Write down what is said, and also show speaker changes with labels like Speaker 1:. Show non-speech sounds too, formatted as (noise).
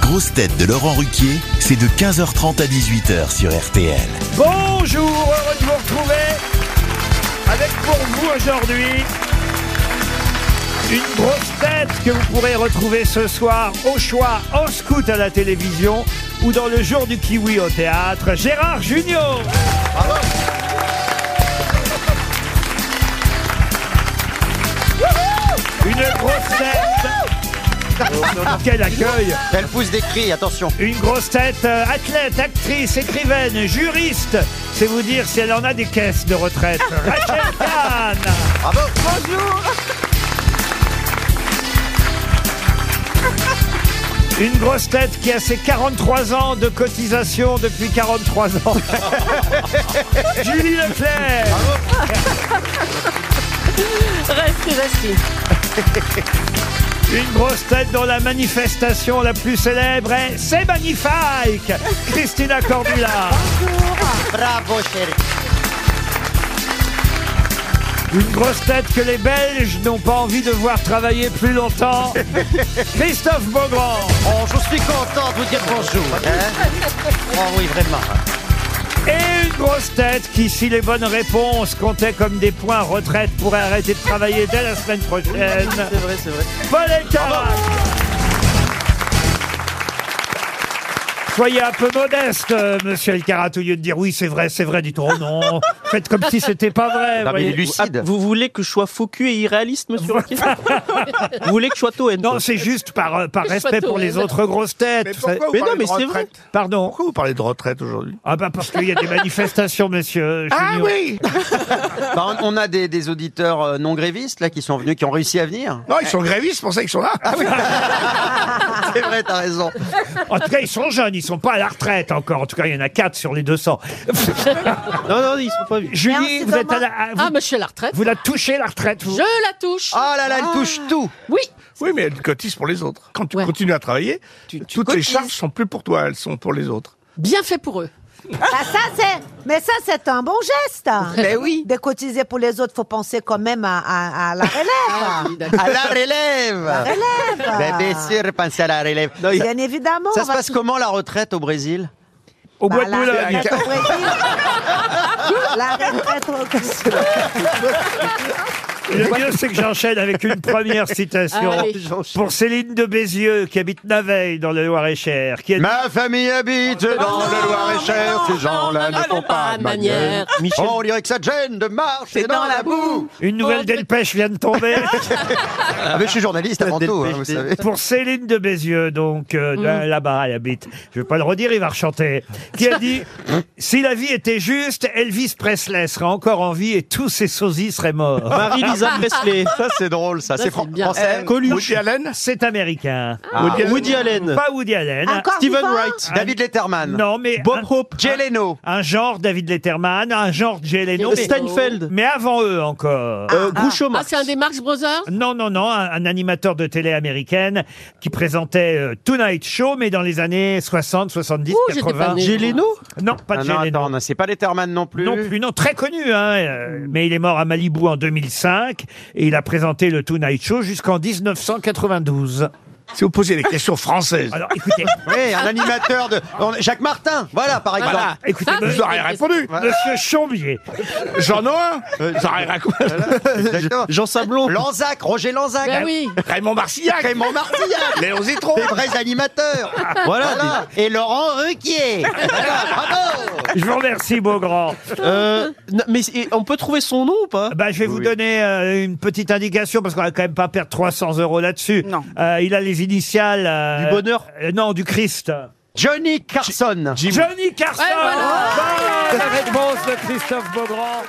Speaker 1: grosses têtes de Laurent Ruquier, c'est de 15h30 à 18h sur RTL.
Speaker 2: Bonjour, heureux de vous retrouver avec pour vous aujourd'hui une grosse tête que vous pourrez retrouver ce soir au choix en scout à la télévision ou dans le jour du kiwi au théâtre, Gérard Junior. Une grosse tête. Quel accueil
Speaker 3: Elle pousse des cris, attention.
Speaker 2: Une grosse tête, euh, athlète, actrice, écrivaine, juriste. C'est vous dire si elle en a des caisses de retraite. Rachel Kahn.
Speaker 3: Bravo.
Speaker 2: Une grosse tête qui a ses 43 ans de cotisation depuis 43 ans. Julie Leclerc.
Speaker 4: Reste assis.
Speaker 2: Une grosse tête dont la manifestation la plus célèbre est C'est magnifique Christina Cordula.
Speaker 3: Bravo, chérie.
Speaker 2: Une grosse tête que les Belges n'ont pas envie de voir travailler plus longtemps. Christophe Beaugrand.
Speaker 3: Oh, je suis content de vous dire bonjour. hein. oh oui, vraiment.
Speaker 2: Et une grosse tête qui, si les bonnes réponses comptaient comme des points retraite, pourrait arrêter de travailler dès la semaine prochaine.
Speaker 3: C'est vrai, c'est vrai.
Speaker 2: Paul Elkarat. Soyez un peu modeste, euh, monsieur Elkarat, au lieu de dire oui, c'est vrai, c'est vrai, dites oh non. Faites comme si c'était pas vrai.
Speaker 3: Non, mais il
Speaker 2: voyez.
Speaker 3: est lucide.
Speaker 5: Ah, Vous voulez que je sois faux cul et irréaliste, monsieur Roquet Vous voulez que je sois Toen
Speaker 2: Non, c'est juste par, euh, par
Speaker 4: Que je sois
Speaker 2: respect pour
Speaker 4: taureau.
Speaker 2: les autres grosses têtes.
Speaker 6: Mais
Speaker 2: vous savez.
Speaker 6: pourquoi vous
Speaker 5: Mais
Speaker 6: parlez
Speaker 5: non, mais
Speaker 6: de
Speaker 5: c'est vrai.
Speaker 6: retraite
Speaker 2: Pardon
Speaker 6: Pourquoi vous parlez de retraite aujourd'hui
Speaker 2: Ah bah parce qu'il y a des manifestations, monsieur.
Speaker 6: Ah
Speaker 2: Junio.
Speaker 6: oui
Speaker 3: Bah, on on a des, des auditeurs euh, non grévistes là qui sont venus, qui ont réussi à venir.
Speaker 6: Non, ils sont grévistes, c'est pour ça qu'ils sont là.
Speaker 3: C'est vrai, t'as raison.
Speaker 2: En tout cas, ils sont jeunes, ils sont pas à la retraite encore. En tout cas, il y en a quatre sur les 200.
Speaker 5: Non, non, ils sont pas venus.
Speaker 2: Julie, vous êtes à la... à- vous-
Speaker 4: Ah, mais je suis à la retraite.
Speaker 2: Vous la touchez, la retraite, vous
Speaker 4: Je la touche.
Speaker 3: Oh là là, elle touche tout.
Speaker 4: Oui.
Speaker 6: (laughs) Oui, mais elles cotisent pour les autres. Quand tu
Speaker 4: Ouais.
Speaker 6: continues à travailler,
Speaker 4: tu
Speaker 6: toutes les
Speaker 4: cotises.
Speaker 6: charges sont plus pour toi, elles sont pour les autres.
Speaker 4: Bien fait pour eux.
Speaker 7: Ah, ça, c'est... Mais ça, c'est un bon geste.
Speaker 3: Mais Ben oui.
Speaker 7: De cotiser pour les autres, faut penser quand même à, à- à la relève.
Speaker 3: À la relève. Ah. Ben, bien sûr, pensez à la relève. Non, il-
Speaker 7: Bien évidemment.
Speaker 3: ça
Speaker 7: on
Speaker 3: se
Speaker 7: va
Speaker 3: passe
Speaker 7: tous-
Speaker 3: comment la retraite au Brésil
Speaker 2: Au
Speaker 7: Bah,
Speaker 2: bois de
Speaker 7: la
Speaker 2: Boulogne.
Speaker 7: retraite au Brésil. La retraite au-
Speaker 2: Le mieux, c'est que j'enchaîne avec une première citation
Speaker 4: Ah, Allez.
Speaker 2: pour Céline de Bézieux, qui habite Naveil, dans le Loir-et-Cher, qui a dit
Speaker 3: Ma famille habite dans le Loir-et-Cher, ces gens-là ne font pas de manière. On dirait que ça te gêne de marcher dans, la boue.
Speaker 2: Une nouvelle d'Elpèche vient de tomber.
Speaker 3: Ah, mais je suis journaliste avant tout, hein, vous savez.
Speaker 2: pour Céline de Bézieux, donc, euh, de- là-bas, elle habite. Je vais pas le redire, il va rechanter. Qui a dit Si la vie était juste, Elvis Presley serait encore en vie et tous ses sosies seraient morts.
Speaker 5: Marie-Lisa Presley.
Speaker 3: Ça, c'est drôle, ça. C'est
Speaker 4: c'est
Speaker 3: fran-
Speaker 4: bien.
Speaker 3: français.
Speaker 5: Eh,
Speaker 6: Woody Allen
Speaker 2: C'est américain.
Speaker 3: Ah.
Speaker 6: Woody Allen.
Speaker 5: Woody Allen.
Speaker 2: Pas Woody Allen.
Speaker 4: Ah,
Speaker 7: Encore
Speaker 5: Steven
Speaker 7: vivant
Speaker 5: Wright.
Speaker 3: David Letterman.
Speaker 2: Non, mais.
Speaker 5: Bob
Speaker 2: un,
Speaker 5: Hope.
Speaker 3: Jay Leno.
Speaker 2: un genre David Letterman, un genre Jay Leno, mais-
Speaker 5: Steinfeld.
Speaker 2: mais avant eux encore.
Speaker 5: euh, Groucho
Speaker 4: Euh, Ah,
Speaker 5: Marx.
Speaker 4: c'est un des Marx Brothers
Speaker 2: Non, non, non, un, un animateur de télé américaine qui présentait euh, Tonight Show, mais dans les années 60, 70,
Speaker 4: Ouh, j'étais
Speaker 2: 80.
Speaker 4: pas née.
Speaker 5: Jay Leno
Speaker 2: Non, pas de
Speaker 3: Ah
Speaker 2: Jay
Speaker 3: non,
Speaker 2: Leno.
Speaker 3: attends, non, c'est pas Letterman non plus.
Speaker 2: Non plus, non, très connu, hein, euh, mais il est mort à Malibu en 2005 et il a présenté le Tonight Show jusqu'en 1992.
Speaker 6: Si vous posiez des questions françaises,
Speaker 2: Alors écoutez,
Speaker 4: (laughs)
Speaker 3: Oui, un animateur de. on- Jacques Martin, voilà, par exemple.
Speaker 4: Voilà.
Speaker 2: écoutez,
Speaker 3: (laughs)
Speaker 4: Ah,
Speaker 2: me-
Speaker 6: vous auriez répondu.
Speaker 2: monsieur Chambier,
Speaker 6: Jean Noin, j'aurais raconté.
Speaker 3: Exactement.
Speaker 5: Jean Sablon.
Speaker 3: Lanzac, Roger Lanzac.
Speaker 4: Ben oui.
Speaker 6: Raymond Marcillac,
Speaker 3: Raymond Martillac.
Speaker 6: Léon Zitron.
Speaker 3: Des vrais animateurs.
Speaker 5: Voilà.
Speaker 3: Voilà. Et Laurent Ruquier. Voilà, bravo.
Speaker 2: je vous remercie, Beaugrand.
Speaker 5: des- euh, n- mais c'est- on peut trouver son nom ou pas
Speaker 2: Bah, je vais vous donner euh, une petite indication parce qu'on va quand même pas perdre 300 euros là-dessus. Euh, il a les initiales. euh,
Speaker 5: Du bonheur
Speaker 2: euh, Non, du Christ.
Speaker 3: Johnny Carson.
Speaker 2: Johnny Carson
Speaker 4: Ouais, voilà.
Speaker 2: Bonne réponse de Christophe Beaugrand